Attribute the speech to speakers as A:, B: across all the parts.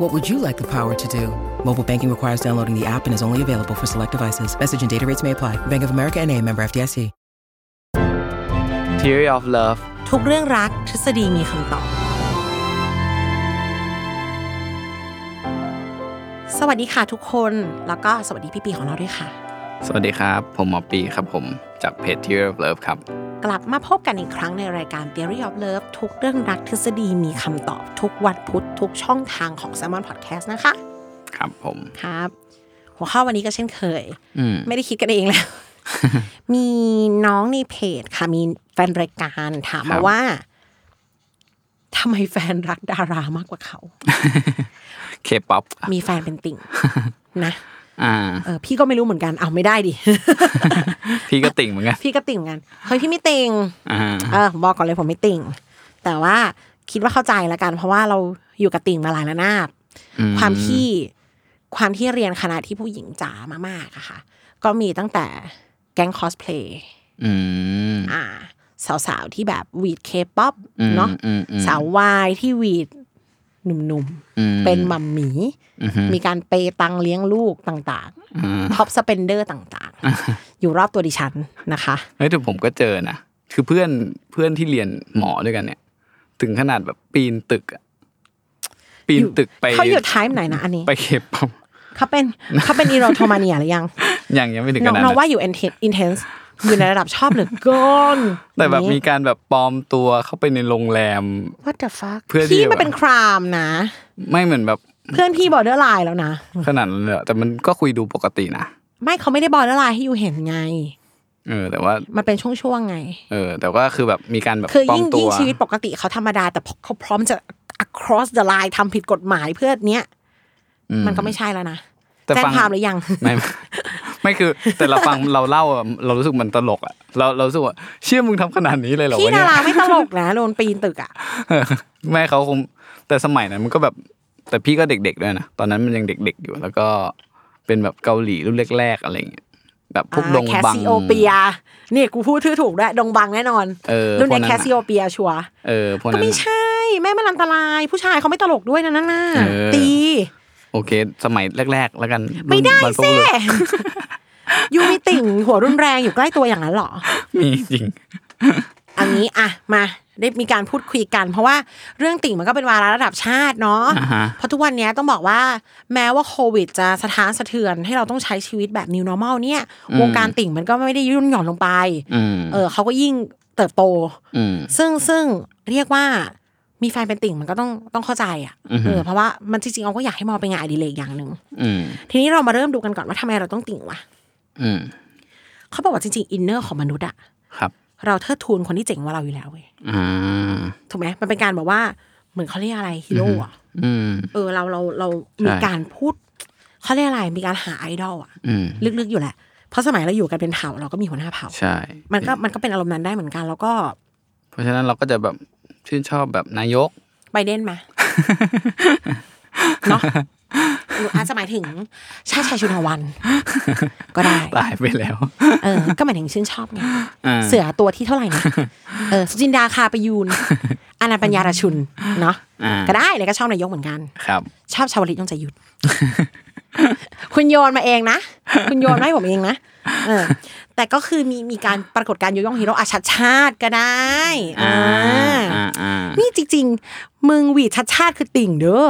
A: What would you like the power to do? Mobile banking requires downloading the app and is only available for select devices. Message and data rates may apply. Bank of America and a member FDIC.
B: Theory of Love
C: ทุกเรื่องรักทฤษฎีมีคำตอบ สวัสดีค่ะทุกคน แล้วก็สวัสดีพี่ปีของเราด้วยค่ะ
B: สวัสดีครับ ผมหมอปีครับผมจากเพจ Theory of Love ครับ
C: กลับมาพบกันอีกครั้งในรายการ Theory of Love ทุกเรื่องรักทฤษฎีมีคำตอบ ทุกวันพุธทุกช่องทางของ s ซ l m o n Podcast นะคะ
B: ครับผม
C: ครับ หัวข้อวันนี้ก็เช่นเคย
B: อืม
C: ไม่ได้คิดกันเองแล้ว มีน้องในเพจค่ะ มีแฟนรายการถาม
B: ครั
C: มา
B: บ
C: ว่าทำไมแฟนรักดารามากกว่าเขา
B: เคป๊อป
C: มีแฟนเป็น ติ่ง นะ
B: อ่า
C: เออพี่ก็ไม่รู้เหมือนกันเอาไม่ได้ดิ
B: พี่ก็ติ่งเหมือน กัน
C: พี่ก็ติ่งเหมือนกันเฮ้ยพี่ไม่ติ่ง
B: อ่า
C: เออบอกก่อนเลยผมไม่ติ่ง แต่ว่าคิดว่าเข้าใจละกัน เพราะว่าเราอยู่กับติ่งมาหลายระนาบ
B: อื
C: ความที่ความที่เรียนคณะที่ผู้หญิงจ๋ามากๆอะค่ะ ก็มีตั้งแต่แก๊งคอสเพลย์
B: อืม
C: อ่า สาวๆ ที่แบบหวีดเคป๊อป
B: อืม
C: เนาะ
B: อืมอืม
C: สาววายที่หวีดหนุ่ม
B: อืม
C: ๆ เป็นมัมหมี
B: อือฮึ
C: มีการเปย์ตังเลี้ยงลูกต่าง
B: อ่า
C: ๆท็อปสเปนเดอร์ต่างๆ อยู่รอบตัวดิฉันนะคะ
B: เฮ้ยแต่ผมก็เจอนะ คือเพื่อนเพื่อนที่เรียนหมอด้วยกันเนี่ย ถึงขนาดแบบปีนตึกอะปีนตึกไป
C: เขาอยู่ไทม์ไหนนะอันนี้
B: ไปเคป๊อป
C: เขาเป็นเขาเป็นอีโรโทมาเนียหรื อยัง
B: ยังยังไม่ถึงข
C: น้อง
B: นาด
C: น้อง
B: นั้น
C: ว่าอยู่ intense intense อยู่ในระดับชอบเหรือเกิน
B: แต่แบบ
C: อย่าง
B: มี
C: นี้
B: การแบบปลอมตัวเข้าไปในโรงแรม
C: what the fuck
B: เพื่อที่
C: พี่
B: จะ
C: มันเป็นครามนะ
B: ไม่เหมือนแบบ
C: เพื่อนพี่บอร์เดอร์ไลน์แล้วนะ
B: ขนาดนั้นเลยอะแต่มันก็คุยดูปกตินะ
C: ไม่เขาไม่ได้บอร์เดอร์ไลน์ให้อยู่เห็นไง
B: เออ แต่ว่า
C: มันเป็นช่วงๆไง
B: เออแต่ว่าคือแบบมีการแบบ
C: คือ
B: ปลอม
C: ยิ่ง
B: ตั
C: ยิ่
B: ว
C: งชีวิตปกติเขาธรรมดา แต่พอเขาพร้อมจะ across the line ทำผิดกฎหมายเพื่อเนี้ย
B: อื
C: มันก็ไม่ใช่แล้วนะ
B: แต่
C: แจ้ง
B: ฟัง
C: ความหรือยัง
B: ไม่ ไม่ไม่คือ แต่เราฟังเราเล่าอะเรารู้สึกมันตลกอ่ะเราเรารู้สึกว่าเชื่อมึงทำขนาดนี้เลยเหรอ
C: พี่
B: วะ
C: ดา
B: เนี่ย
C: ราไม่ตลกนะโดนปีนตึกอ่ะ
B: เออ แม่เขาคงแต่สมัยนั้นมันก็แบบ แต่พี่ก็เด็กๆด้วยนะตอนนั้นมันยังเด็กๆอยู่ แล้วก็เป็นแบบเกาหลีรุ่นแรกๆอะไรอย่างเงี้ยแบบพวกดง
C: แคส
B: บัง
C: ซิโอเปียนี่กูพูดชื่อถูกด้วยดงบังแน่นอน
B: เออ
C: รุ่น
B: พวกนั้
C: เนี้
B: น
C: แคส
B: น่ะ
C: ซิโอเปียชัวร์
B: เออพวก
C: ก็
B: นั้น
C: ไม่
B: อะ
C: ใช่ แม่มันอันตราย ผู้ชายเขาไม่ตลกด้วยนะนั่นน่ะ
B: เออ
C: ตี
B: โอเค สมัยแรกๆ แล้วกันรุ่น
C: ไม่ได้
B: บรรพบุ
C: เซ่
B: รุษ
C: ยูมีติ่งหัวรุนแรงอยู่ใกล้ตัวอย่างนั้นเหรอ
B: มีจริง
C: อันนี้อ่ะมาได้มีการพูดคุยกัน เพราะว่าเรื่องติ่งมันก็เป็นวาระระดับชาติเนาะ
B: อ่าฮะ
C: เพราะทุกวันเนี้ยต้องบอกว่าแม้ว่าโควิดจะสะท้านสะเทือนให้เราต้องใช้ชีวิตแบบ new normal เนี่ยวงการติ่งมันก็ไม่ได้ยุ่นหย่อนลงไป
B: อืม
C: เออเขาก็ยิ่งเติบโต
B: อืม
C: ซึ่งซึ่งเรียกว่ามีแฟนเป็นติ่งมันก็ต้องต้องเข้าใจอ่ะ
B: อือฮึ
C: เออเพราะว่ามันจริงๆเราก็อยากให้มองเป็นงานอดิเรกอย่างหนึ่ง
B: อืม
C: ทีนี้เรามาเริ่มดูกันก่อนว่าทำไมเราต้องติ่งวะ
B: อืม
C: เขาบอกว่าจริงๆอินเนอร์ของมนุษย์อะ
B: ครับ
C: เราเทิดทูนคนที่เจ๋งกว่าเราอยู่แล้วเว้ย
B: อ่า
C: ถูกไหมมันเป็นการแบบว่าเหมือนเขาเรียกอะไรฮีโร่อะ
B: อืม
C: เออเราเราเรา
B: ใช่
C: มีการพูดเขาเรียกอะไรมีการหาไอดอลอะ
B: อืม
C: ลึกๆอยู่แหละ เพราะสมัยเราอยู่กันเป็นเผ่าเราก็มีหัวหน้าเผ่า
B: ใช่
C: มันก็มันก็เป็นอารมณ์นั้นได้เหมือนกัน แล้วก็
B: เพราะฉะนั้นเราก็จะแบบชื่นชอบแบบนายก
C: ไบเดนมาเนาะหรืออาจจะหมายถึงชาติชายชุนทวัน ก็ ได้
B: ตายไปแล้ว
C: เออ ก็หมายถึงชื่นชอบไง
B: อ่า
C: เสือตัวที่เท่าไหร่ นะเออสุจินดาคาประยูนอานันต์ปัญญาราชุนเนาะ
B: อ่า
C: ก็ได้เลยก็ชอบนายกเหมือนกัน
B: ครับ
C: ชอบชาวลิตยงใจหยุด คุณโยนมาเองนะ คุณโยนมาให้ผมเองนะเออ แต่ก็คือมีมีการปรากฏการณ์ยกย่องฮีโร่อาชัดชาติก็ได้ อ่า
B: อ่าอ่า
C: นี่จริง มึงหวีดชัดชาติคือติ่งเด้อ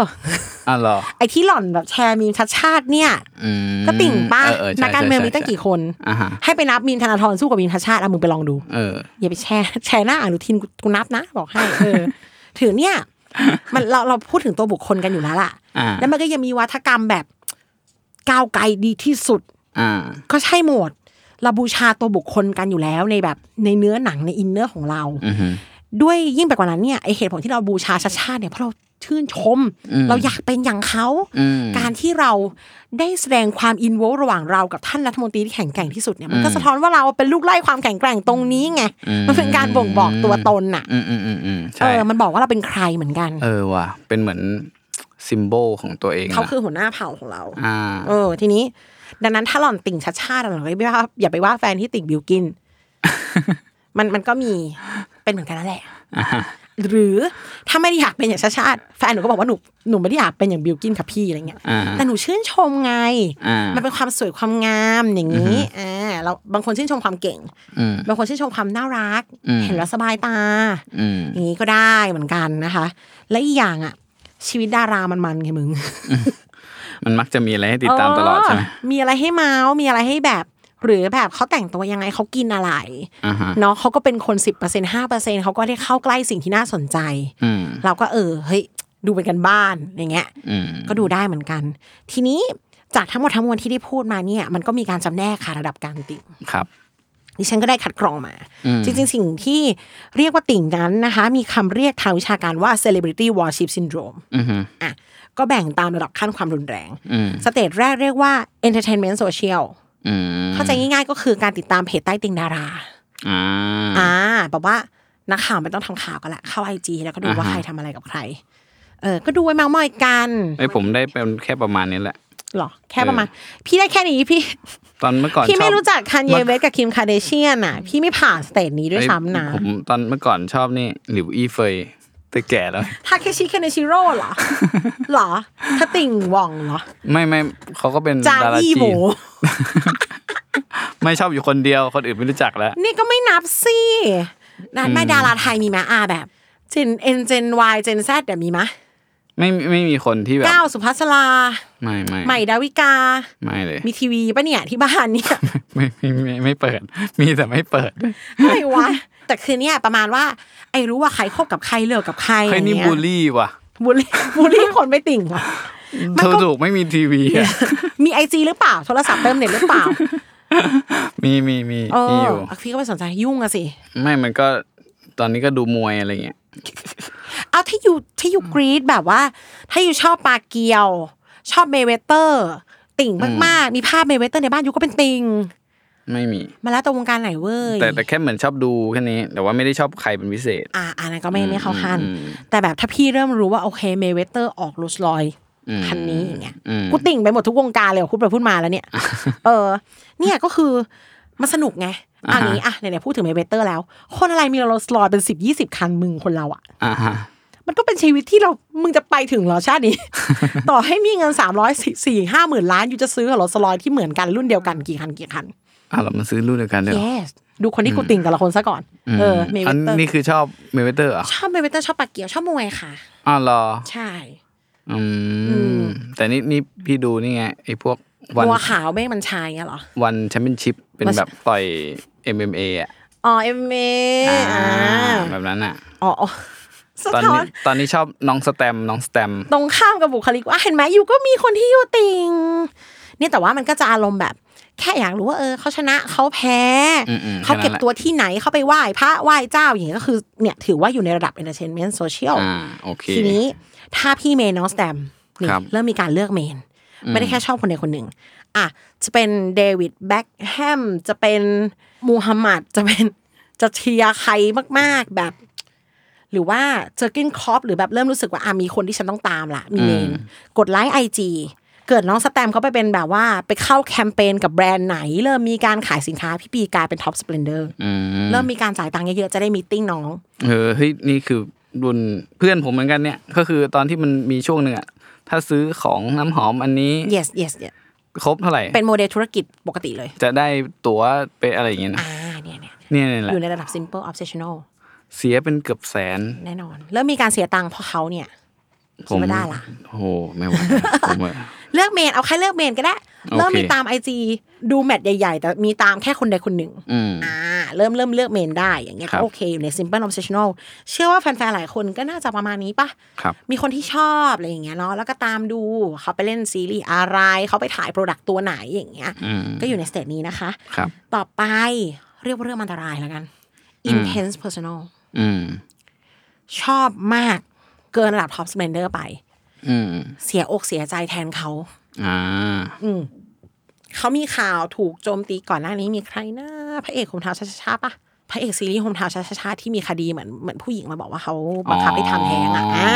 B: อ่ะเหรอ
C: ไอ้ที่หล่อนแบบแชร์มีมชัดชาติเนี่ย
B: อืม
C: ก็ติ่งป้า
B: เออเออใช่
C: นักการเมืองมีตั้งกี่
B: ใช่
C: คน
B: ใช่อ่าฮะ
C: ให้ไปนับมีมธนาธรสู้กับมีมชัดชาติอะมึงไปลองดู
B: เออ
C: อย่าไปแชร์แชร์หน้าอนุทินกูกูนับนะ บอกให้เออ ถือเนี่ย มันเราเราพูดถึงตัวบุคคลกันอยู่แล้วล่ะ
B: อ่า
C: แล้วมันก็ยังมีวัฒกรรมแบบก้าวไกลดีที่สุด
B: อ่า
C: ก็ใช่หมด เราบูชาตัวบุคคลกันอยู่แล้วในแบบในเนื้อหนังในอินเนอร์ของเรา
B: อือฮึ
C: ด้วยยิ่งไปกว่านั้นเนี่ยไอเหตุผลที่เราบูชาชาติชาติเนี่ยเพราะเราชื่นชม
B: อืม
C: เราอยากเป็นอย่างเขา
B: อืม
C: การที่เราได้แสดงความอินโวระหว่างเรากับท่านรัฐมนตรีที่แข็งแกร่งที่สุดเนี่ยมันก็
B: อืม
C: สะท้อนว่าเราเป็นลูกไล่ความแข็งแกร่งตรงนี้ไงมันเป็นการบ่งบอกตัวตนน่ะ
B: อืมอืมอืมอืม
C: เอ
B: ใช่
C: อมันบอกว่าเราเป็นใครเหมือนกัน
B: เออว่ะเป็นเหมือนซิมโบลของตัวเองนะ
C: เขาคือหัวหน้าเผ่าของเรา
B: อ่า
C: เออทีนี้ ดังนั้นถ้าหล่อนติ่งชัดชาติหล่อนก็ไม่ว่าอย่าไปว่าแฟนที่ติ่งบิว กิน มันมันก็มีเป็นเหมือนกันนั่นแหละหรือถ้าไม่ได้อยากเป็นอย่างชาติชาติแฟนหนูก็บอกว่าหนูหนูไม่ได้อยากเป็นอย่างบิวกินค่ะพี่อะไรเงี้ย
B: อ่า
C: แต่หนูชื่นชมไง
B: อ่า
C: มันเป็นความสวยความงามอย่างนี้อ่าเราบางคนชื่นชมความเก่ง
B: อืม
C: บางคนชื่นชมความน่ารัก
B: อืม
C: เห็นแล้วสบายตา
B: อืม
C: อย่างนี้ก็ได้เหมือนกันนะคะ และอีกอย่างอ่ะ ชีวิตดารามันๆไงมึง
B: มันมักจะมีอะไรให้ติดตามตลอดใช่ไหม
C: มีอะไรให้เมาส์มีอะไรให้แบบ หรือแบบเขาแต่งตัวยังไงเขากินอะไร
B: อ่าฮะ
C: เนาะเขาก็เป็นคน 10% 5%เขาก็ได้เข้าใกล้สิ่งที่น่าสนใจ
B: อืม
C: เราก็เออเฮ้ยดูเป็นกันบ้านอย่างเงี้ย
B: อืม
C: ก็ดูได้เหมือนกัน ทีนี้จากทั้งหมดทั้งมวลที่ได้พูดมาเนี่ย มันก็มีการจำแนกค่ะระดับการติ่ง
B: ครับ
C: ดิฉันก็ได้คัดกรองมา
B: อืม
C: จริงๆ สิ่งที่เรียกว่าติ่งนั้นนะคะ มีคำเรียกทางวิชาการว่า celebrity worship syndrome
B: อือฮึ
C: อ่ะก็แบ่งตามระดับขั้นความรุนแรง
B: อืม
C: สเตจแรกเรียกว่า entertainment social
B: อืม
C: เข้าใจง่ายๆก็คือการติดตามเพจใต้ติงดารา
B: อ่า
C: อ่าแบบว่านักข่าวไม่ต้องทำข่าวกันละเข้าไอจีแล้วก็ดูว่า
B: อ่าฮะ
C: ใครทำอะไรกับใคร เออ ก็ดูไว้เมามอยกัน
B: ไอยผมได้เป็นแค่ประมาณนี้แหละ
C: หรอ แค่ประมาณ พี่ได้แค่นี้พี่
B: ตอนเมื่อก่อน
C: พี่ไม่
B: ชอบ
C: รู้จักคันเยเวสกับคิมคาเดเชียนอ่ะ พี่ไม่ผ่านสเตจนี้ด้วย
B: เอ้ย
C: ซ้ำนะ
B: ผมตอนเมื่อก่อนชอบนี่หลิวอี้เฟยแต่แก่ แล้ว
C: ทาเคชิ เคเนชิโร่เหรอ เหรอถ้าติ่งหว่องเหรอ
B: ไม่ไม่เขาก็เป็น
C: จา
B: ดารา
C: อี้
B: จี
C: โหม
B: น ไม่ชอบอยู่คนเดียวคนอื่นไม่รู้จักแล้ว
C: นี่ก็ไม่นับสินั่นไม่ดาราไทยมีไหมอาแบบเจนเอ็นเจนวายเจนแซดเดี๋ยวมีไหม
B: ไม่ไม่มีคนที่แบบ
C: ก้าวสุภัสสรา
B: ไม่ไม่
C: ใหม่ดาวิกา
B: ไม่เลย
C: มีทีวีปะเนี่ยที่บ้านเนี่ย
B: ไม่ไม่ไม่ไม่เปิด มีแต่ไม่เปิด
C: อะไรวะ แต่คือเนี่ยประมาณว่า ไอ้รู้ว่าใครคบกับใครเลิกกับใคร
B: เฮ้ย
C: อาง
B: นี่
C: เงี้
B: บูลลี่ว่ะ
C: บูลลี่ บูลลี่คนไม่ติ่งว่ะ มัน
B: เธอ
C: ก็
B: ถูกไม่มีทีวีอะ
C: มีไอจีหรือเปล่า โทรศัพท์เติมเน็ตหรือเปล่า
B: มีมีมี
C: เอ
B: มี
C: อ
B: อยู่
C: พี่ก็ไม่สนใจยุ่งอะสิ
B: ไม่มันก็ตอนนี้ก็ดูมวยอะไรเงี้ย
C: เอาถ้าอยู่ถ้าอยู่กรีดแบบว่า ถ้าอยู่ชอบปาเกียว ชอบเมเวเตอร์ ติ่งมากๆ มีภาพเมเวเตอร์ในบ้านอยู่ก็เป็นติ่ง
B: ไม่มี
C: มาแล้วแตรงการไหนเว้ย
B: แต่แต่แค่เหมือนชอบดูแค่นี้ แต่ว่าไม่ได้ชอบใครเป็นพิเศษ
C: อ่าอันนั้นก็ไม่ไม่เข้าขั้น
B: อืม
C: แต่แบบถ้าพี่เริ่มรู้ว่าโอเคเมเวเตอร์ออกรูสลอย คันนี้อย่างเงี้ย
B: อืม
C: กูติ่งไปหมดทุกวงการเลยอะพูดไปพูดมาแล้วเนี่ย เออ เนี่ยก็คือมันสนุกไง
B: อ่าฮะ
C: อันนี้อ่ะไหนๆพูดถึงเมเบเตอร์แล้ว คนอะไรมีโรลสลอยเป็นสิบยี่สิบคันมึงคนเราอ่ะ
B: อ่าฮะ
C: มันก็เป็นชีวิตที่เรามึงจะไปถึงเหรอชาติ นี้ ต่อให้มีเงินสามร้อยสี่ห้าหมื่นล้านอยู่จะซื้อกับโรลสลอยที่เหมือนกันรุ่นเดียวกันกี่คันกี่คัน
B: อ่ะเรามาซื้อรุ่นเดียวกันด้วยเหรอ
C: yes ดูคนที่กูติ่งแต่ละคนซะก่อน เออเมเวน เตอร์
B: นี้คือชอบเมเวเตอร์เหรอ่ะ
C: ชอบเมเวเตอร์ชอบปากเกียวชอบมวยค่ะ
B: อ้าวเหรอ
C: ใช่
B: อืมแต่นี่นี่พี่ดูนี่ไงไอ้พวกวัน
C: มัวขาวแม่งมันชายเงี้ยเหรอ
B: วันแชมเปี้ยนชิพเป็น
C: วัน
B: แบบต่อย MMA อ่ะ
C: อ๋อเอ็มเออ่า
B: แบบนั้นอ่ะ
C: อ๋ออ๋อสะ
B: ตอน
C: ท้อ
B: นี้
C: น
B: ตอนนี้ชอบน้องสแตมป์น้องสแตมป์
C: ตรงข้ามกับบุคลิกว่าเห็นไหมอยู่ก็มีคนที่อยู่ติงเนี่ยแต่ว่ามันก็จะอารมณ์แบบ แค่อยากรู้ว่าเออเขาชนะเขาแพ้
B: อืมอืม
C: เขาเก็บตัวที่ไหนเขาไปไหว้พระไหว้เจ้าอย่างเงี้ยก็คือเนี่ยถือว่าอยู่ในระดับ entertainment social
B: อ่าโอเค
C: ทีนี้ถ้าพี่เมย์น้องสแตมนี่
B: ครับ
C: เริ่มมีการเลือกเมน ไม่ได้แค่ชอบคนใดคนหนึ่งอ่ะจะเป็นเดวิดแบ็กแฮมจะเป็นมูฮัมหมัดจะเป็นจะเชียร์ใครมาก ๆแบบ หรือว่าเจอร์กินคอปหรือแบบเริ่มรู้สึกว่าอ่ะมีคนที่ฉันต้องตามละมีเม
B: อื
C: น
B: ม
C: กดไลค์ไอจีเกิดน้องสแตมเขาไปเป็นแบบว่า ไปเข้าแคมเปญกับแบรนด์ไหน เริ่มมีการขายสินค้าพี่ปีกลายเป็นท็อปสเปนเดอร์
B: อืม
C: เริ่มมีการจ่ายตังค์เยอะๆจะได้มีตติ้งน้อง
B: เออเฮ้ยนี่คือรุ่นเพื่อนผมเหมือนกันเนี่ย ก็คือตอนที่มันมีช่วงหนึ่งอ่ะถ้าซื้อของน้ำหอมอันนี้
C: yes yes yes
B: ครบเท่าไหร่
C: เป็นโมเดลธุรกิจปกติเลย
B: จะได้ตั๋วไปอะไรอย่างเงี้ยนะ
C: อ่าเนี่ยเนี่ย
B: เนี่ยนี่แหละ
C: อยู่ในระดับ simple obsessional
B: เสียเป็นเกือบแสน
C: แน่นอน เริ่มมีการเสียตังค์เพราะเขาเนี่ย
B: ผม
C: คิดว่าได้ล่ะ
B: โอ้โหไม่ไหวผมว่า
C: เลือกเมนเอาแค่เลือกเมนก็ได้
B: โอเค
C: เริ่มมีตามไอจีดูแมทใหญ่ๆ แต่มีตามแค่คนใดคนหนึ่ง
B: อืม
C: อ่าเริ่มเริ่มเลือกเมนได้อย่างเงี้ย
B: ครับ
C: ก็โอเคอยู่ใน simple obsessional เชื่อว่าแฟนๆหลายคนก็น่าจะประมาณนี้ปะ
B: ครับ
C: มีคนที่ชอบอะไรอย่างเงี้ยเนาะแล้วก็ตามดูเขาไปเล่นซีรีส์อะไร เขาไปถ่ายโปรดักต์ตัวไหนอย่างเงี้ย
B: อืม
C: ก็อยู่ในสเตจนี้นะคะ
B: ครับ
C: ต่อไปเรียกว่าเรื่องอันตรายแล้วกัน
B: อืม
C: intense personal
B: อืม
C: ชอบมากเกินระดับ top spender ไป
B: อืม
C: เสียอกเสียใจแทนเขา
B: อ่า
C: อืมเขามีข่าวถูกโจมตีก่อนหน้านี้มีใครนะพระเอกโฮมทาวน์ช้าๆปะพระเอกซีรีส์โฮมทาวน์ช้าๆที่มีคดีเหมือนเหมือนผู้หญิงมาบอกว่าเขาบังคับให้ทำแท้งอ่ะ
B: อ๋ออ่
C: อ่า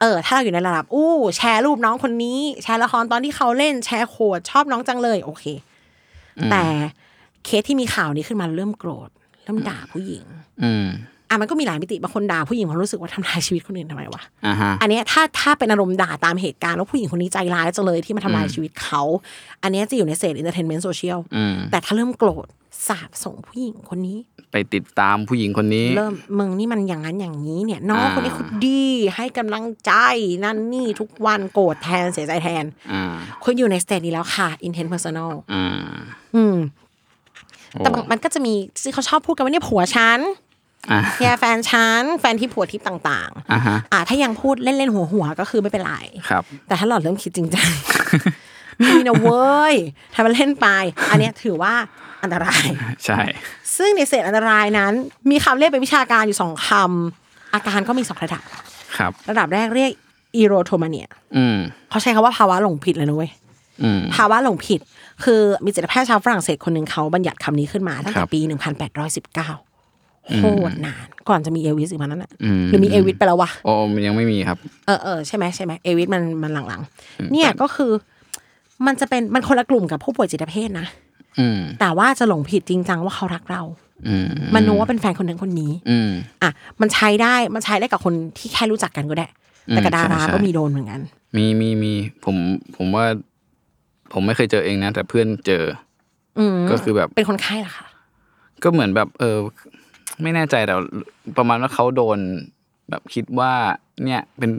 C: เออ ถ้าเราอยู่ในระดับอู้แชร์รูปน้องคนนี้ แชร์ละครตอนที่เขาเล่นแชร์โขดชอบน้องจังเลย โอเค แต่เคสที่มีข่าวนี้ขึ้นมาเริ่มโกรธเริ่มด่าผู้หญิง
B: อืม
C: อ่ะมันก็มีหลายมิติบางคนด่าผู้หญิงเพราะรู้สึกว่าทำลายชีวิตคนอื่นทำไมวะ
B: อ่าฮะ
C: อันเนี้ยถ้าถ้าเป็นอารมณ์ด่าตามเหตุการณ์ว่าผู้หญิงคนนี้ใจร้ายจังเลยที่มาทำลายชีวิตเขา อันเนี้ยจะอยู่ในเศษอินเตอร์เทนเมนต์โซเชียล
B: อืม
C: แต่ถ้าเริ่มโกรธสาบส่งผู้หญิงคนนี้
B: ไปติดตามผู้หญิงคนนี้
C: เริ่มมึงนี่มันอย่างนั้นอย่างนี้เนี่ย น้อง
B: อ่า
C: คนนี้คุณดีให้กำลังใจนั่นนี่ทุกวันโกรธแทนเสียใจแทน
B: อ่า
C: คนอยู่ในสเตจนี้แล้วค่ะ intense personal
B: อ่า
C: อืม
B: โอ้
C: แต่บางมันก็จะมีที่เขาชอบพูดกันว่าเนี่ยผัวฉัน
B: อ่า
C: แย่แฟนฉันแฟนที่ผัวทิพย์ต่าง
B: อ่าฮะ
C: ๆ อ่าถ้ายังพูดเล่นๆหัวๆก็คือไม่เป็นไร
B: ครับ
C: แต่ถ้าหลอดเริ่มคิดจริงจัง มีนะเว้ยทำมันเล่นไป อันเนี้ยถือว่าอันตราย
B: ใช่
C: ซึ่งในเศษอันตรายนั้น มีคำเรียกเป็นวิชาการอยู่สองคำอาการก็มีสองระดับ
B: ครับ
C: ระดับแรกเรียกอีโรโทมาเนีย
B: อืม
C: เขาใช้คำว่าภาวะหลงผิดเลยนะเว้ย
B: อืม
C: ภาวะหลงผิด คือมีจิตแพทย์ชาวฝรั่งเศสคนหนึ่งเขาบัญญัติคำนี้ขึ้นมาตั้ง
B: ครั
C: แต่
B: บ
C: ปี 1819โคตรนานก่อนจะมีเอวิสอีกมานั้นน่ะ
B: อืม
C: หรือมีเอวิสไปแล้ววะ
B: โอ้มันยังไม่มีครับ
C: เออเออใช่ไหมใช่ไหมเอวิสมันมันหลังๆ เนี่ยก็คือมันจะเป็นมันคนละกลุ่มกับผู้ป่วยจิตเภทนะ
B: อืม
C: แต่ว่าจะหลงผิดจริงจังว่าเขารักเรา
B: อืม
C: มันรู้ว่าเป็นแฟนคนนั้นคนนี้
B: อืม
C: อ่ะมันใช้ได้มันใช้ได้กับคนที่แค่รู้จักกันก็ได้ แต่กับดารา
B: ใช่ใช่
C: ก็มีโดนเหมือนกัน
B: มีมีมีผมผมว่า ผมไม่เคยเจอเองนะ แต่เพื่อนเจออก็คือแบบ
C: เป็นคนไข้เหรอคะ
B: ก็เหมือนแบบ เออ ไม่แน่ใจแต่ประมาณว่าเขาโดน แบบคิดว่า เนี่ยเป็น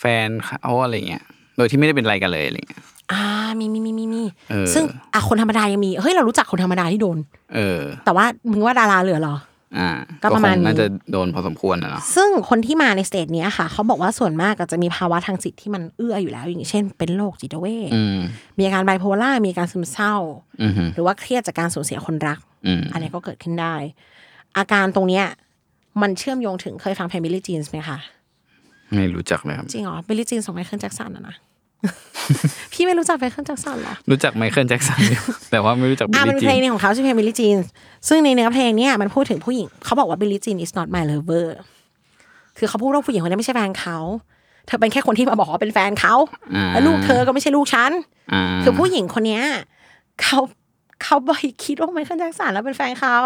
B: แฟนเขาอะไรเงี้ย โดยที่ไม่ได้เป็นอะไรกันเลยอะไรเงี้ย
C: อ่ามีมีมีมีมี
B: เออ
C: ซึ่งอ่ะคนธรรมดายังมีเฮ้ยเรารู้จักคนธรรมดาที่โดน
B: เออ
C: แต่ว่ามึงว่าดาราเหลือเหรอ
B: อ่า
C: ก็ประมาณ
B: คง
C: นี้
B: น่าจะโดนพอสมควรนะเนาะ
C: ซึ่งคนที่มาในสเตจเนี้ยค่ะเขาบอกว่าส่วนมากก็จะมีภาวะทางจิตที่มันเอื้ออยู่แล้ว อย่างเช่น เป็นโรคจิตเวช
B: อืม
C: มีอาการไบโพล่ามีอาการซึมเศร้า
B: อืมฮึ
C: หรือว่าเครียดจากการสูญเสียคนรัก
B: อืม
C: อันนี้ก็เกิดขึ้นได้ อาการตรงเนี้ยมันเชื่อมโยงถึงเคยฟังเพลงบิลลี่จีนส์ไหมคะ
B: ไม่รู้จัก เลยครับ
C: จริงเหรอบิลลี่จีนส์ของไมเคิลแจ็คสันอะ นะ พี่ไม่รู้จักไมเคิลแจ็คสันเหรอ
B: รู้จักไมเคิลแจ็กสันอยู่ แต่ว่าไม่รู้จักบิล
C: อ่ะมัน
B: ลี่
C: เป็น
B: จี
C: เพลง
B: น
C: หนึงของเขาชื่อเพลงบิลลี่จีนซึ่งในเนื้อเพลงเนี่ยมันพูดถึงผู้หญิงเขาบอกว่าบิลลี่จีน is not my lover คือเขาพูดว่าผู้หญิงคนนี้นไม่ใช่แฟนเขาเธอเป็นแค่คนที่มาบอกว่าเป็นแฟนเขา
B: อ่า
C: และลูกเธอก็ไม่ใช่ลูกฉัน
B: อ่า
C: คือผู้หญิงคนเนี้ยเขาเขาไปคิดว่าไมเคิลแจ็คสันแล้วเป็นแฟนเขา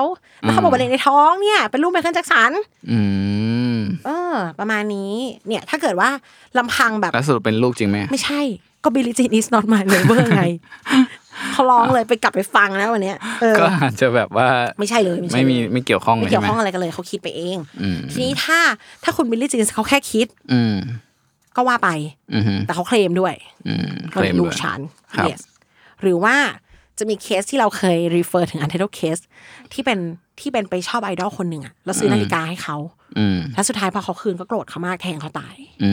C: แล้วเขาบอกว่าเด็กในท้องเนี่ยเป็นลูกไมเคิลแจ็คสัน
B: อืม
C: เออ ประมาณนี้ เนี่ย ถ้าเกิดว่าลำพังแบบ
B: แล้วสรุปเป็นลูกจริงไหม
C: ไม่ใช่ ก็บิลลี่จีน is not my lover ไง เขาร้องเลยไปกลับไปฟังนะวันเนี้ยเออ
B: ก็อาจจะแบบว่า
C: ไม่ใช่เลย
B: ไม่
C: ใช่เลย
B: มีไม่เกี่ยวข้องเล
C: ไม่
B: ย
C: เกี่ย
B: ใช่
C: ว
B: ไหม
C: ข้องอะไรกันเลยเขาคิดไปเอง
B: อืม
C: ทีนี้ถ้าถ้าคุณบิลลี่จีนเขาแค่คิด
B: อืม
C: ก็ว่าไป
B: อืมฮึ
C: แต่เขาเคลมด้วย
B: อืมเคล
C: ว่าเป็
B: ม
C: นลู
B: ด้ว
C: ก
B: ย
C: ฉัน
B: ครับ
C: yes หรือว่าจะมีเคสที่เราเคย refer ถึง untitled case ที่เป็นที่เป็นไปชอบไอดอลคนหนึ่งอะแล้วซื้อนาฬิกาให้เขา
B: อืม
C: แล้วสุดท้ายพอเขาคืนก็โกรธเขามากแทงเขาตาย
B: อื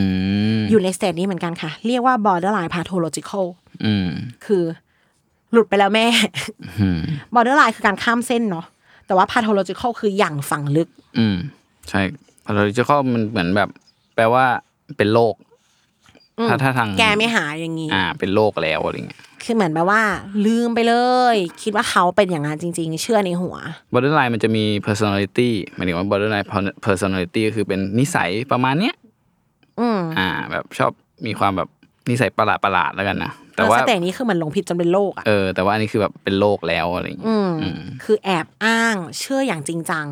B: ม
C: อยู่ในสเตจนี้เหมือนกันค่ะ เรียกว่า borderline pathological
B: อืม
C: คือหลุดไปแล้วแม่
B: อืม
C: borderline คือการข้ามเส้นเนาะแต่ว่า pathological คืออย่างฝังลึก
B: อืมใช่พาราลิจิคอมันเหมือนแบบ แปลว่าเป็นโรคถ้าถ้าทาง
C: แกไม่หายอย่างนี้
B: อ่า เป็นโรคแล้วอะไรเงี้ย
C: คือเหมือนแบบว่า ลืมไปเลย คิดว่าเขาเป็นอย่างนั้นจริง ๆ เชื่อในหัว
B: บอร์เดอร์ไลน์มันจะมี personality หมายถึงว่าบอร์เดอร์ไลน์ personality ก็คือเป็นนิสัยประมาณเนี้ย
C: อืม
B: อ่าแบบชอบมีความแบบนิสัยประหลาดประหลาดๆแล้วกันนะ แต่
C: แล้ว
B: ว่า
C: สเตจนี้คือเหมันหลงผิดจนเป็นโรคอ่ะ
B: เออ แต่ว่าอันนี้คือแบบเป็นโรคแล้วอะไรอย่างเงี้ย
C: มคือแอบอ้างเชื่ออย่างจริงจัง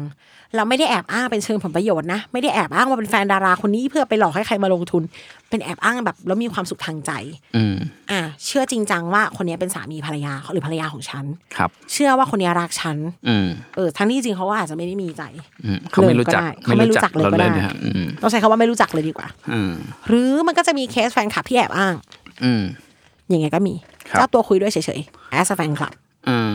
C: เราไม่ได้แอบอ้างเป็นเชิงผลประโยชน์นะ ไม่ได้แอบอ้างว่าเป็นแฟนดาราคนนี้เพื่อไปหลอกให้ใครมาลงทุน เป็นแอบอ้างแบบแล้วมีความสุขทางใจ
B: อืม
C: อ่ะเชื่อจริงจังว่าคนเนี้ยเป็นสามีภรรยาหรือภรรยาของฉัน
B: ครับ
C: เชื่อว่าคนเนี้ยรักฉัน
B: อืม
C: เออทั้งที่จริงเขาก็อาจจะไม่ได้มีใจ
B: อืมเขาไม่รู้จัก
C: เลยก็ได้เขาไม่รู้จักเลยก็ได้
B: รานะครับอืม
C: ต้องใช้คำว่าไม่รู้จักเลยดีกว่า
B: อืม
C: หรือมันก็จะมีเคสแฟนคลับที่แอบอ้าง
B: อืม
C: ยังไงก็มี
B: ครับ
C: เจ้าตัวคุยด้วยเฉยๆ as a fan club
B: อืม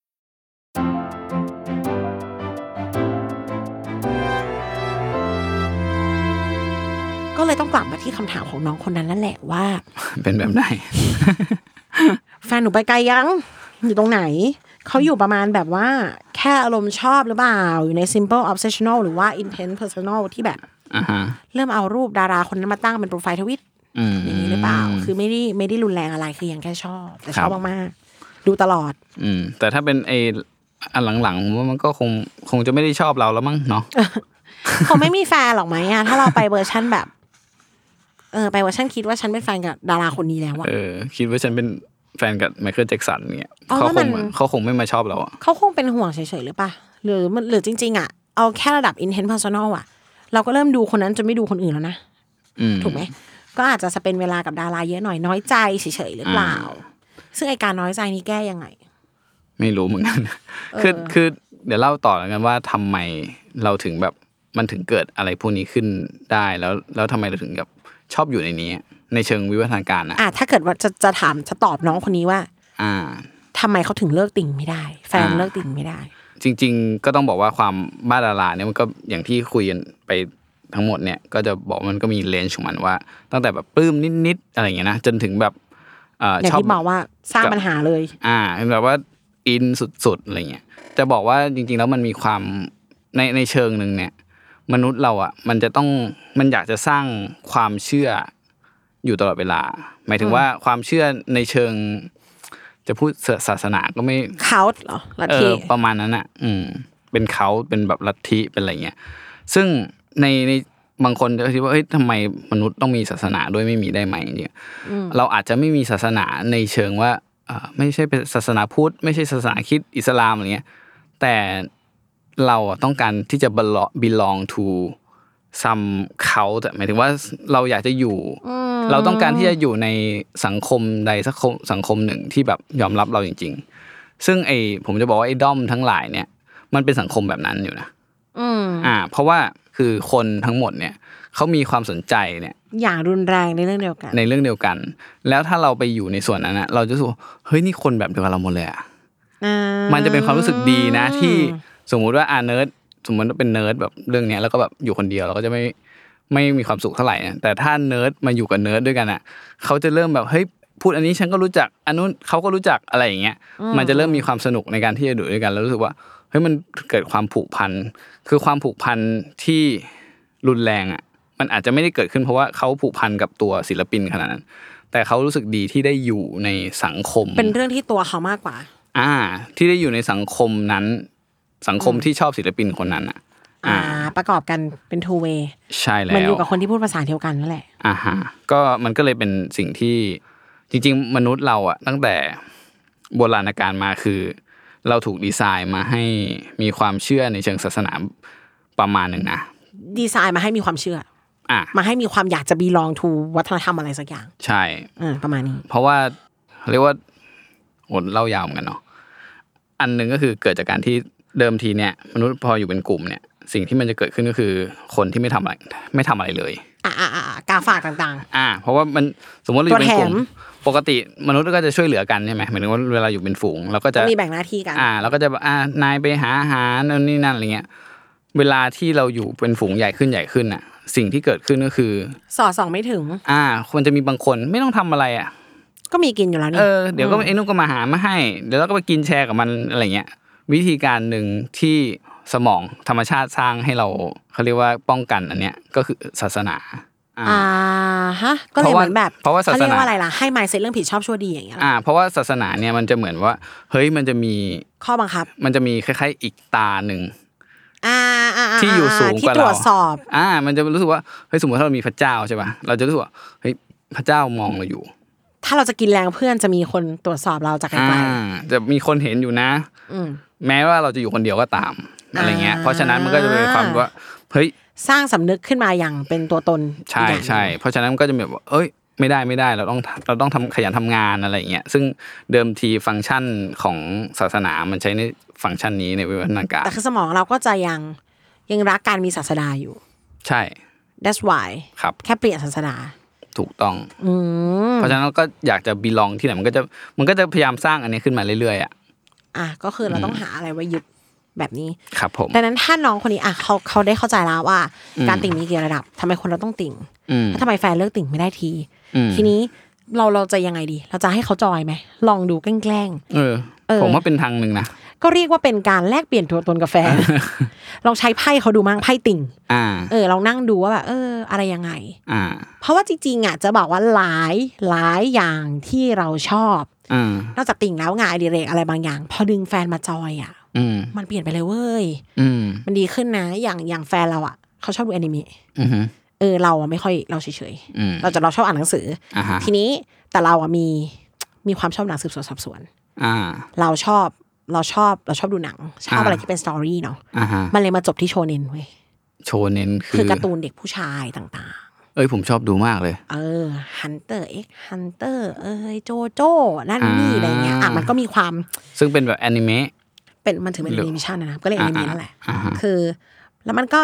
C: ก็เลยต้องกลับมาที่คำถามของน้องคนนั้นนั่นแหละว่า
B: เป็นแบบไหน
C: แฟนหนูไปไกลยัง อยู่ตรงไหน เขาอยู่ประมาณแบบว่า แค่อารมณ์ชอบหรือเปล่า อยู่ใน simple obsessional หรือว่า intense personal ที่แบบ
B: อ่าฮะ
C: เริ่มเอารูปดาราคนนั้นมาตั้งเป็นโปรไฟล์ทวิต
B: อืม
C: อย่างนี้หรือเปล่า คือไม่ได้ไม่ได้รุนแรงอะไรคือยังแค่ชอบ แต่ชอบ
B: ครับ
C: มากๆดูตลอด
B: อืม แต่ถ้าเป็นไออันหลังๆผมว่ามันก็คงคงจะไม่ได้ชอบเราแล้วมั้งเนาะ
C: เขาไม่มีแฟนหรอกไหมอะถ้าเราไปเวอร์ชันแบบ เออไปเวอร์ชันคิดว่าฉันเป็นแฟนกับดาราคนนี้แล้วอะ
B: เออ คิดว่าฉันเป็นแฟนกับไมเคิลแจ็กสันเนี่ย
C: อ๋อ
B: เขา
C: แล้ว
B: ค
C: มั
B: ง
C: น
B: เขาคงไม่มาชอบเราอ่ะ
C: เขาคงเป็นห่วงเฉยๆหรือปะหรือมันหรือจริง ๆอะเอาแค่ระดับ intense personal อะเราก็เริ่มดูคนนั้นจนไม่ดูคนอื่นแล้วนะ
B: อืม
C: ถูกไหมก็อาจจะสเปนเวลากับดาราเยอะหน่อยน้อยใจเฉยๆหรือเปล่า ซึ่งไอการน้อยใจนี้แก้ยังไง
B: ไม่รู้เหมือนกัน คือคือเดี๋ยวเล่าต่อแล้วกันว่าทำไมเราถึงแบบมันถึงเกิดอะไรพวกนี้ขึ้นได้แล้วแล้วทำไมเราถึงกับชอบอยู่ในนี้ ในเชิงวิวัฒนาการนะ
C: อ่ะถ้าเกิดว่าจะจะถามจะตอบน้องคนนี้ว่า
B: อ่า
C: ทำไมเขาถึงเลิกติ่งไม่ได้ แฟนเลิกติ่งไม่ได้
B: จริง ๆ ก็ต้องบอกว่าความบ้าดาราเนี่ยมันก็อย่างที่คุยกันไปทั้งหมดเนี่ย ก็จะบอกมันก็มีเลนส์ของมันว่า ตั้งแต่แบบปลื้มนิดๆอะไรอย่างเงี้ยนะจนถึงแบบเอ่อ
C: อย่าง
B: ชอบ
C: ที่บอกว่าสร้างปัญหาเลย
B: อ่าแบบว่าอินสุดๆอะไรเงี้ยจะบอกว่าจริง ๆ แล้วมันมีความในในเชิงหนึ่งเนี่ย มนุษย์เราอ่ะ มันจะต้องมันอยากจะสร้างความเชื่ออยู่ตลอดเวลา หมายถึงว่าความเชื่อในเชิง จะพูดศาสนาก็ไม่
C: เขาเหรอลัท
B: เอ
C: ธิ
B: อประมาณนั้นอ่ะ อืม เป็นเขาเป็นแบบลัทธิเป็นอะไรเงี้ย ซึ่งในในบางคนจะคิดว่าเฮ้ยทำไมมนุษย์ต้องมีศาสนาด้วยไม่มีได้ไหมเนี่ยเราอาจจะไม่มีศาสนาในเชิงว่าเอ่อไม่ใช่เป็นศาสนาพุทธไม่ใช่ศาสนาคริดอิสลามอะไรเงี้ย แต่เราอะต้องการที่จะ belo- belong to some เขาแต่หมายถึงว่าเราอยากจะอยู่ เราต้องการที่จะอยู่ในสังคมใดสักคมสังคมหนึ่งที่แบบยอมรับเราจริง ๆ ซึ่งไอ้ผมจะบอกว่าไอ้ด้อมทั้งหลายเนี่ย มันเป็นสังคมแบบนั้นอยู่นะ
C: อืม
B: อ่า เพราะว่าคือคนทั้งหมดเนี่ยเขามีความสนใจเนี่ย
C: อย่างรุนแรงในเรื่องเดียวกัน
B: ในเรื่องเดียวกัน แล้วถ้าเราไปอยู่ในส่วนนั้นนะเราจะรู้สึกว่าเฮ้ยนี่คนแบบเดียวกับเราหมดเลยอะ
C: อ่า
B: มันจะเป็นความรู้สึกดีนะที่สมมุติว่าอ่าเนิร์ดสมมติว่าเป็นเนิร์ดแบบเรื่องเนี้ยแล้วก็แบบอยู่คนเดียวเราก็จะไม่ไม่มีความสุขเท่าไหร่นะแต่ถ้าเนิร์ดมาอยู่กับเนิร์ดด้วยกันอ่ะเขาจะเริ่มแบบเฮ้ยพูดอันนี้ฉันก็รู้จักอันนู้นเขาก็รู้จักอะไรอย่างเงี้ย มันจะเริ่มมีความสนุกในการที่จะดูด้วยกันแล้วรู้สึกว่าเฮ้ยมันเกิดความผูกพันคือความผูกพันที่รุนแรงอ่ะมันอาจจะไม่ได้เกิดขึ้นเพราะว่าเขาผูกพันกับตัวศิลปินขนาดนั้น แต่เขารู้สึกดีที่ได้อยู่ในสังคม
C: เป็นเรื่องที่ตัวเขามากกว่า
B: อ่า ที่ได้อยู่ในสังคมนั้น สังคมที่ชอบศิลปินคนนั้นอ่ะ
C: อ่า
B: อ่า
C: ประกอบกันเป็น two way
B: ใช่แล้ว
C: มันอยู่กับคนที่พูดภาษาเดียวกันนั่นแหละ
B: อ่าฮะก็มันก็เลยเป็นสิ่งที่จริง ๆ มนุษย์เราอะตั้งแต่โบราณกาลมาคือ เราถูกดีไซน์มาให้มีความเชื่อในเชิงศาสนาประมาณหนึ่งนะ
C: ดีไซน์มาให้มีความเชื่อ
B: อ่ะ
C: มาให้มีความอยากจะบีลองทูวัฒนธรรมอะไรสักอย่าง
B: ใช่
C: อ่าประมาณนี้
B: เพราะว่าเรียกว่าโหเล่ายาวเหมือนกันเนาะอันหนึ่งก็คือเกิดจากการที่เดิมทีเนี่ย มนุษย์พออยู่เป็นกลุ่มเนี่ย สิ่งที่มันจะเกิดขึ้นก็คือคนที่ไม่ทำอะไรไม่ทำอะไรเลย
C: อ่าอ่าอ่ากาฝากต่าง
B: อ่า เพราะว่ามันสมมติเราอยู่เป็นกลุ่ม
C: ตัวแถม
B: ปกติมนุษย์ก็จะช่วยเหลือกันใช่ไหมหมายถึงว่าเวลาอยู่เป็นฝูงเราก็จะ
C: ก็มีแบ่งหน้าที่กัน
B: อ่าเราก็จะแบบอ่านายไปหาอาหารนู่นนี่นั่นอะไรเงี้ย เวลาที่เราอยู่เป็นฝูงใหญ่ขึ้นใหญ่ขึ้นอ่ะ สิ่งที่เกิดขึ้นก็คือ
C: สอดส่องไม่ถึง
B: อ่าควรจะมีบางคนไม่ต้องทำอะไรอ่ะ
C: ก็มีกินอยู่แล้วนี่
B: เออเดี๋ยวก็ไอ้นุ่นก็มาหามาให้ เดี๋ยวเราก็ไปกินแชร์กับมันอะไรเงี้ย วิธีการหนึ่งที่สมองธรรมชาติสร้างให้เราเขาเรียกว่าป้องกันอันเนี้ยก็คือศาสนา อ่า
C: อ่าฮะ ก็เล
B: เพ
C: ย
B: ราะ
C: เห
B: ว่า
C: มือนแบบ
B: เพราะว่าศาสนา
C: เรียกว่าอะไรล่ะ ให้ไมเซ็ตเรื่องผิดชอบชั่วดีอย่างเงี้ยเหรอ
B: อ่า เพราะว่าศาสนาเนี่ยมันจะเหมือนว่า เฮ้ยมันจะมี
C: ข้อบังคับ
B: มันจะมีคล้ายๆอีกตาหนึ่ง
C: อ่าอ่าา
B: ที่อยู่สูง
C: ที่
B: กว่า
C: ตร
B: เรา
C: วจสอบ
B: อ่า มันจะรู้สึกว่าเฮ้ยสมมติถ้าเรามีพระเจ้าใช่ป่ะเราจะรู้สึกว่าเฮ้ยพระเจ้ามองเราอยู่
C: ถ้าเราจะกินแรงเพื่อนจะมีคนตรวจสอบเราจากไก
B: อ่า
C: ล
B: จะมีคนเห็นอยู่นะ
C: ๆอืม
B: แม้ว่าเราจะอยู่คนเดียวก็ตามอะไรเงี้ย
C: อ่า
B: เพราะฉะนั้นมันก็จะเป็นความว่าเฮ้ย
C: สร้างสำนึกขึ้นมาอย่างเป็นตัวตน
B: ใช่
C: อีกอย่าง
B: ใช่เพราะฉะนั้นมันก็จะแบบว่าเอ้ยไม่ได้ไม่ได้เราต้องเราต้องทำขยันทำงานอะไรเงี้ยซึ่งเดิมทีฟังก์ชันของศาสนามันใช้ในฟังก์ชันนี้ในวิวัฒนาการ
C: แต่คือสมองเราก็จะยังยังรักการมีศาสดาอยู่
B: ใช่
C: that's why
B: ครับ
C: แค่เปลี่ยนศาสนา
B: ถูกต้องเพราะฉะนั้นเราก็อยากจะบีลองที่ไหนมันก็จะมันก็จะพยายามสร้างอันนี้ขึ้นมาเรื่อยๆอ่ะ
C: อ่ะก็คือเราต้องหาอะไรไว้ยึดแบบนี้
B: ครับผม
C: ดังนั้นถ้าน้องคนนี้อ่ะเขาเขาได้เข้าใจแล้วว่า การติ่งมีกี่ระดับทำไมคนเราต้องติ่ง
B: อืม
C: แล้วทำไมแฟนเลิกติ่งไม่ได้ที
B: อืม
C: ทีนี้เราเราจะยังไงดี เราจะให้เขาจอยไหมลองดูแกล้ง
B: เออ
C: เออ
B: ผมว่าเป็นทางหนึ่งนะ
C: ๆก็เรียกว่าเป็นการแลกเปลี่ยนตัวตนกับแฟ น ลองใช้ไพ่เขาดูมั้งไพ่ติ่ง
B: อ่า
C: เออลองนั่งดูว่าแบบเออ อะไรยังไง
B: อ่า
C: เพราะว่าจริงๆอ่ะจะบอกว่าหลายหลายอย่างที่เราชอบ
B: อ่าน
C: อกจากติ่งแล้วงานอดิเรกอะไรบางอย่าง พอดึงแฟนมาจอยอ่ะ
B: อืม
C: มันเปลี่ยนไปเลยเว้ย
B: อืม
C: มันดีขึ้นนะอย่างอย่างแฟนเราอ่ะเขาชอบดูแอนิเมะ
B: อืมฮึ
C: เออเราอะไม่ค่อยเราเฉย
B: อืม
C: ๆเราจะเราชอบอ่านหนังสืออ
B: อ่าฮะ
C: ทีนี้แต่เราอะมีมีความชอบหนังสืบสวนสอบสวน
B: อ่า
C: เราชอบเราชอบเราชอบดูหนัง ชอบ
B: อ่า
C: อะไรที่เป็นสตอรี่เนาะ
B: อ่าฮะ
C: มันเลยมาจบที่โชเนนเว้ย
B: โชเน้นคื
C: คือ
B: อ
C: การ์ตูนเด็กผู้ชายต่าง
B: เอ้ย ผมชอบดูมากเลย
C: ๆ เออฮันเตอร์เอ็กฮันเตอร์เอ้ยโจโจ้นั่นนี่
B: อ่า
C: อะไรเงี้ยอ่ะมันก็มีความ
B: ซึ่งเป็นแบบแอนิเมะ
C: เป็นมันถือเป็น
B: หรือ
C: แอนิเมชันนะก็เลยแอ
B: อ่า
C: นิเมะนั่นแหละ
B: อ่าฮะ
C: คือ แล้วมันก็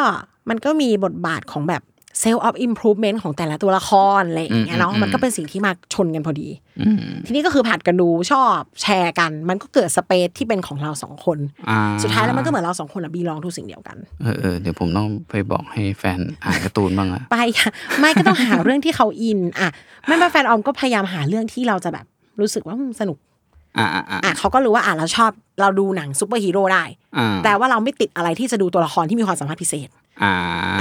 C: มันก็มีบทบาทของแบบเซลล์ออฟอิมพลูเมนต์ของแต่ละตัวละครอะไรอย่างเงี้ยเนาะมันก็เป็นสิ่งที่มาชนกันพอดี
B: อืม
C: ทีนี้ก็คือผัดกันดูชอบแชร์กัน มันก็เกิดสเปซที่เป็นของเราสองคน
B: อ่า
C: สุดท้ายแล้วมันก็เหมือนเราสองคนอะบีลองทุกสิ่งเดียวกัน
B: เออเออเดี๋ยวผมต้องไปบอกให้แฟนอ่านการ์ตูนบ้างอะ
C: ไป ค่ะไม่ก็ต้องหา เรื่องที่เขาอินอ่ะไม่แม่แฟนออมก็พยายามหาเรื่องที่เราจะแบบรู้สึกว่าอืมสนุก
B: อ่าอ่าอ่า
C: อ่ะเขาก็รู้ว่าอ่ะเราชอบเราดูหนังซูเปอร์ฮีโร่ได้
B: อ่า
C: แต่ว่าเราไม่ติดอะไรที่จะดูตัวละครที่มีความสามารถพิเศษ
B: อ่า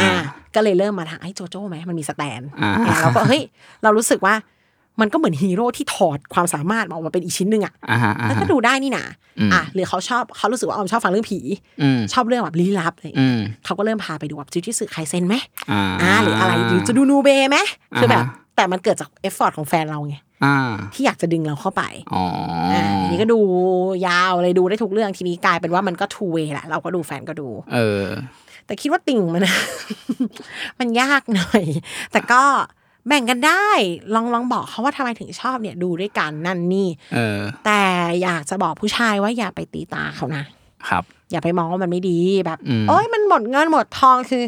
C: อ่ะก็เลยเริ่มมาทางไอ้โจโจ้ไหมมันมีสแตน
B: อ่า
C: เนี่ยเราก็เฮ้ยเรารู้สึกว่ามันก็เหมือนฮีโร่ที่ถอดความสามารถมาออกมาเป็นอีกชิ้นหนึ่งอ่ะ
B: อ่าฮะอ่า
C: แล้ว
B: ฮะ
C: ก็ดูได้นี่นะ
B: อืม
C: อ่ะหรือเขาชอบเขารู้สึกว่าออมชอบฟังเรื่องผี
B: อืม
C: ชอบเรื่องแบบลี้ลับอะไรอย่าง
B: อื
C: เล
B: ม
C: ยเขาก็เริ่มพาไปดูแบบจิวที่สื่อไคเซนไหม
B: อ่า
C: อ่าหรืออะไรหรือจะดูนูเบไหมคือแบบ
B: อ่าฮะ
C: แต่มันเกิดจากเอฟฟอร์ตของแฟนเราไง
B: อ่า
C: ที่อยากจะดึงเราเข้าไป
B: อ๋ออ
C: อ่าทีนี้ก็ดูยาวเลยดูได้ทุกเรื่องทีนี้กลายเป็นว่ามันก็ทูเวย์แหละเราก็ดูแฟนก็ดู
B: เออ
C: แต่คิดว่าติ่งมัน มันยากหน่อย แต่ก็แบ่งกันได้ ลองลองบอกเขาว่าทำไมถึงชอบเนี่ยดูด้วยกันนั่นนี่
B: เออ
C: แต่อยากจะบอกผู้ชายว่าอย่าไปตีตาเขานะ
B: ครับ
C: อย่าไปมองว่ามันไม่ดีแบบ
B: อืม
C: โอ้ยมันหมดเงินหมดทองคือ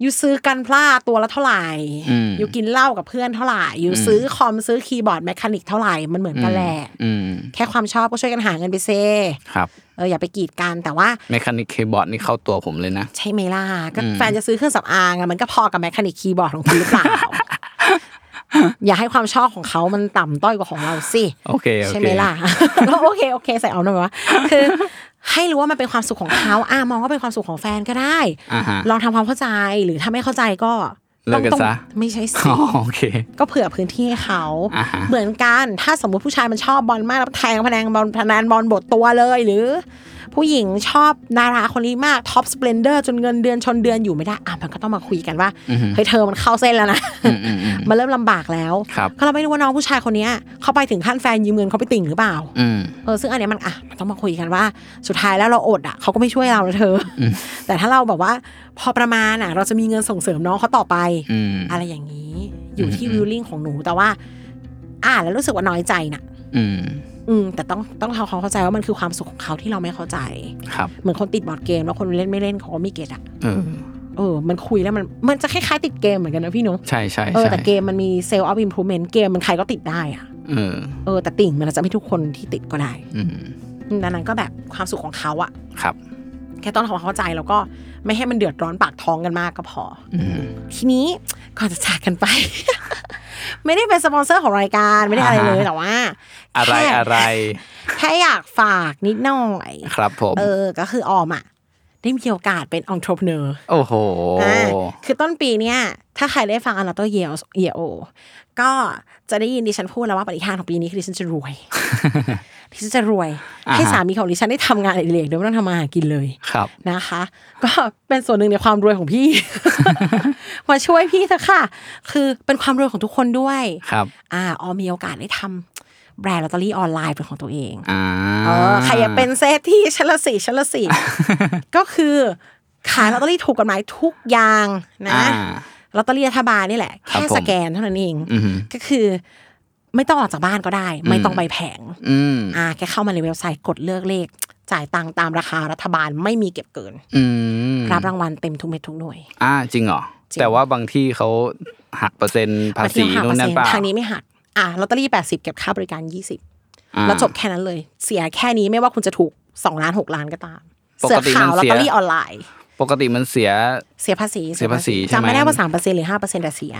C: อยู่ซื้อกันพลาดตัวละเท่าไหร่
B: อืม
C: อยู่กินเหล้ากับเพื่อนเท่าไหร่อยู่ซื้อคอมซื้อคีย์บอร์ดแมคคานิกเท่าไหร่มันเหมือนกันแหละ
B: อืม
C: แค่ความชอบก็ช่วยกันหาเงินไปเซ
B: ครับ
C: เอออย่าไปกีดกันแต่ว่า
B: เมคานิกเคบอร์ดนี่เข้าตัวผมเลยนะ
C: ใช่ไหมล่ะก็แฟนจะซื้อเครื่องสำอางอะมันก็พอกับแมคคานิกคีย์บอร์ดของคุณหรือ เปล่า อย่าให้ความชอบของเขามันต่ำต้อยกว่าของเราสิ
B: โอเคโอเค
C: ใช่ไหมล่ะ แล้วโอเคโอเคใส่เอาหน่อยวะคือ ให้รู้ว่ามันเป็นความสุขของเขาอ่ะมองว่าเป็นความสุขของแฟนก็ได้
B: อ่า ฮะ
C: ลองทำความเข้าใจหรือถ้าไม่เข้าใจก็
B: เลิ
C: ต้อก ง
B: กัน
C: ต้อง
B: ซะ
C: ไม่ใช่สิ
B: อ๋อโอเค
C: ก็เผื่อพื้นที่ให้เขา
B: อ่าฮะ
C: เหมือนกัน ถ้าสมมติผู้ชายมันชอบบอลมากแล้วแทงพนังบอลพนันบอลบดตัวเลยหรือ ผู้หญิงชอบดาราคนนี้มากท็อปสเปนเดอร์จนเงินเดือนชนเดือนอยู่ไม่ได้ อ่ะมันก็ต้องมาคุยกันว่าเฮ้ยเธอมันเข้าเส้นแล้วนะ
B: อืมอืม
C: มันเริ่มลำบากแล้ว
B: ครับ
C: ก็เราไม่รู้ว่าน้องผู้ชายคนเนี้ยเขาไปถึงขั้นแฟนยืมเงินเขาไปติ่งหรือเปล่า
B: อืม
C: เออซึ่งอันเนี้ยมันอ่ะมันต้องมาคุยกันว่าสุดท้ายแล้วเราอดอ่ะเขาก็ไม่ช่วยเรานะเธออแต่ถ้าเราแบบว่า พอประมาณอ่ะ เราจะมีเงินส่งเสริมน้องเขาต่อไป
B: อืม
C: อะไรอย่างนี้ อยู่ที่วิลลิ่งของหนูแต่ว่า อ่านแล้วรู้สึกว่าน้อยใจน่ะ
B: อืม
C: อืมแต่ต้องต้องทำความเข้าใจว่ามันคือความสุขของเขาที่เราไม่เข้าใจ
B: ครับ
C: เหมือนคนติดบอร์ดเกมแล้วคนเล่นไม่เล่นเขาก็ไม่เก็ตอ่ะ
B: เออ
C: เออมันคุยแล้วมันมันจะคล้ายๆติดเกมเหมือนกันนะพี่เนอะ
B: ใช่ใช่
C: เออ
B: ใช่
C: แต่เกมมันมีเซลล์ออฟอินพูเมนต์เกมมันใครก็ติดได้อ่ะ
B: เออ
C: เออแต่ติ่งมันอาจจะไม่ทุกคนที่ติดก็ได้
B: อืม
C: ดังนั้นก็แบบความสุขของเขาอะ
B: ครับ
C: แค่ต้องทำความเข้าใจแล้วก็ไม่ให้มันเดือดร้อนปากท้องกันมากก็พอ
B: อืม
C: ทีนี้ก่อนจะจากกันไป ไม่ได้เป็นสปอนเซอร์ของรายการไม่ได้อะไรเล
B: อ่า
C: ย
B: ฮะ
C: แต่ว่า
B: อะไร
C: แค่
B: อะไร
C: แค่อยากฝากนิดหน่อย
B: ครับผม
C: เออ ก็คือออมอ่ะ ได้มีโอกาสเป็นองค์ทรปเนอร์
B: โอ้โห
C: คือต้นปีเนี่ย ถ้าใครได้ฟังอนาโตเยลเยโอก็จะได้ยินดิฉันพูดแล้วว่าปฏิทานของปีนี้คือดิฉันจะร วย ดิฉันจะรวย
B: อ่าฮะ
C: ให้สามีของดิฉันได้ทำงานอดิเรกโดยไม่ต้องทำมาหากินเลย
B: ครับ
C: นะคะ ก็เป็นส่วนหนึ่งในความรวยของพี่ มาช่วยพี่เถอะค่ะ คือเป็นความรวยของทุกคนด้วย
B: ครับ
C: อ่าออมมีโอกาสได้ทำแบรนด์ลอตเตอรี่ออนไลน์เป็นของตัวเอง
B: อ่า
C: เออใครอยากเป็นเศรษฐีชั้นละสี่ ชั้นละ สี่ ก็คือขายลอตเตอรี่ถูกกฎหมายทุกอย่างนะ
B: อ่า
C: ลอตเตอรี่รัฐบาลนี่แหละ
B: ครับ
C: แค่
B: ผม
C: สแกนเท่านั้นเอง
B: อืม
C: ก็คือไม่ต้องออกจากบ้านก็ได้ ไม่ต้องไปแผง
B: อืม
C: อ่าแค่เข้ามาในเว็บไซต์กดเลือกเลข จ่ายตังค์ตามราคารัฐบาลไม่มีเก็บเกิน
B: อืม
C: รับรางวัลเต็มทุกเม็ดทุกหน่วย
B: อ่าจริงเหรอ
C: จริง
B: แต่ว่าบางที่เขาหักเปอร์เซ็นต์ภาษี
C: มาเที่ยว
B: นู่นนั่นเป
C: 5%
B: ล่า
C: ทางนี้ไม่หัก อ่ะลอตเตอรี่แปดสิบเก็บค่าบริการยี่สิบแล้วจบแค่นั้นเลย เสียแค่นี้ไม่ว่าคุณจะถูกสองล้านหกล้านก็ตาม เสือขาวลอตเตอรี่ออนไลน์
B: ปกติมันเสีย
C: เสียภาษี
B: เสียภาษีใช่ไหม
C: จำไม่ได้ว่าสามเปอร์เซ็นหรือห้าเปอร์เซ็นแต่เสีย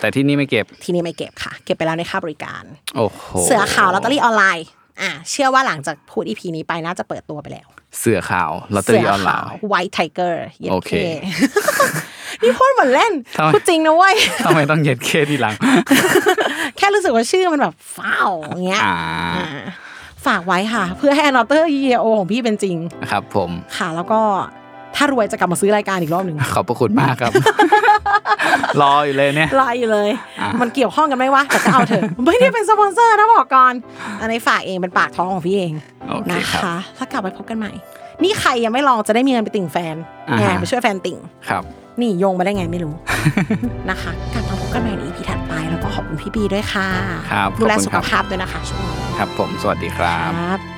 B: แต่ที่นี่ไม่เก็บ
C: ทีนี้ไม่เก็บค่ะ เก็บไปแล้วในค่าบริการ
B: โอ้โห
C: เสือขาวลอตเตอรี่ออนไลน์อ่ะเชื่อว่าหลังจากพูดอีพีนี้ไปน่าจะเปิดตัวไปแล้ว
B: เสือขาวลอตเตอ
C: เสื
B: รี่ออนไล
C: ขาว
B: น์
C: ไวท์ไทเกอร์
B: โอเค
C: นี่พูดเหมือนเล่น
B: ทำไม
C: พูดจริงนะเว้ย
B: ทำไมต้องเหย็ดเคทีหลัง
C: แค่รู้สึกว่าชื่อมันแบบฟ้าวอย่างเงี้ย
B: อ่า
C: อ่าฝากไว้ค่ะ เพื่อให้อนอเตอร์เยโอของพี่เป็นจริง
B: ครับผม
C: ค่ะ แล้วก็ถ้ารวยจะกลับมาซื้อรายการอีกรอบหนึ่ง
B: ขอบพระคุณมาก ครับ รออยู่เลยเนี่ย
C: รออยู่เลย มันเกี่ยวข้องกันไหมวะแต่ก็เอาเถอะ ไม่ได้เป็นสปอนเซอร์นะบอกก่อน อันนี้ฝากเองเป็นปากท้องของพี่เอง
B: โอเค
C: นะครับ คะแล้วกลับไปพบกันใหม่ นี่ใครยังไม่ลองจะได้มีเงินไปติ่งแฟน
B: อ่า
C: แอ
B: ฮะ
C: บไปช่วยแฟนติ่ง
B: ครับ
C: นี่โยงมาได้ไงไม่รู้ นะคะกลับมาพบกันใหม่ใน EP ถัดไป แล้วก็ขอบคุณพี่บีด้วยค่ะ
B: ครับ
C: ดูแล
B: ขอบคุณ
C: สุ
B: ค
C: ข
B: รับ
C: ภาพด้วยนะคะช่วงนี้
B: ครับผมสวัสดีครับ
C: ครับ